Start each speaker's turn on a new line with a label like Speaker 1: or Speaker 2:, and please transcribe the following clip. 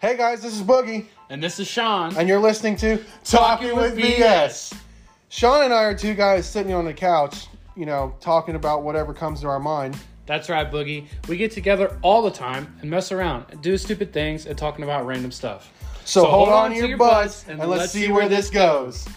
Speaker 1: Hey guys, this is Boogie,
Speaker 2: And this is Sean.
Speaker 1: and you're listening to Talking, with BS. Sean and I are two guys sitting on the couch, you know, talking about whatever comes to our mind.
Speaker 2: That's right, Boogie. We get together all the time and mess around and do stupid things and talking about random stuff.
Speaker 1: So, hold, on, to your butts,
Speaker 2: butts
Speaker 1: and, let's see where this goes.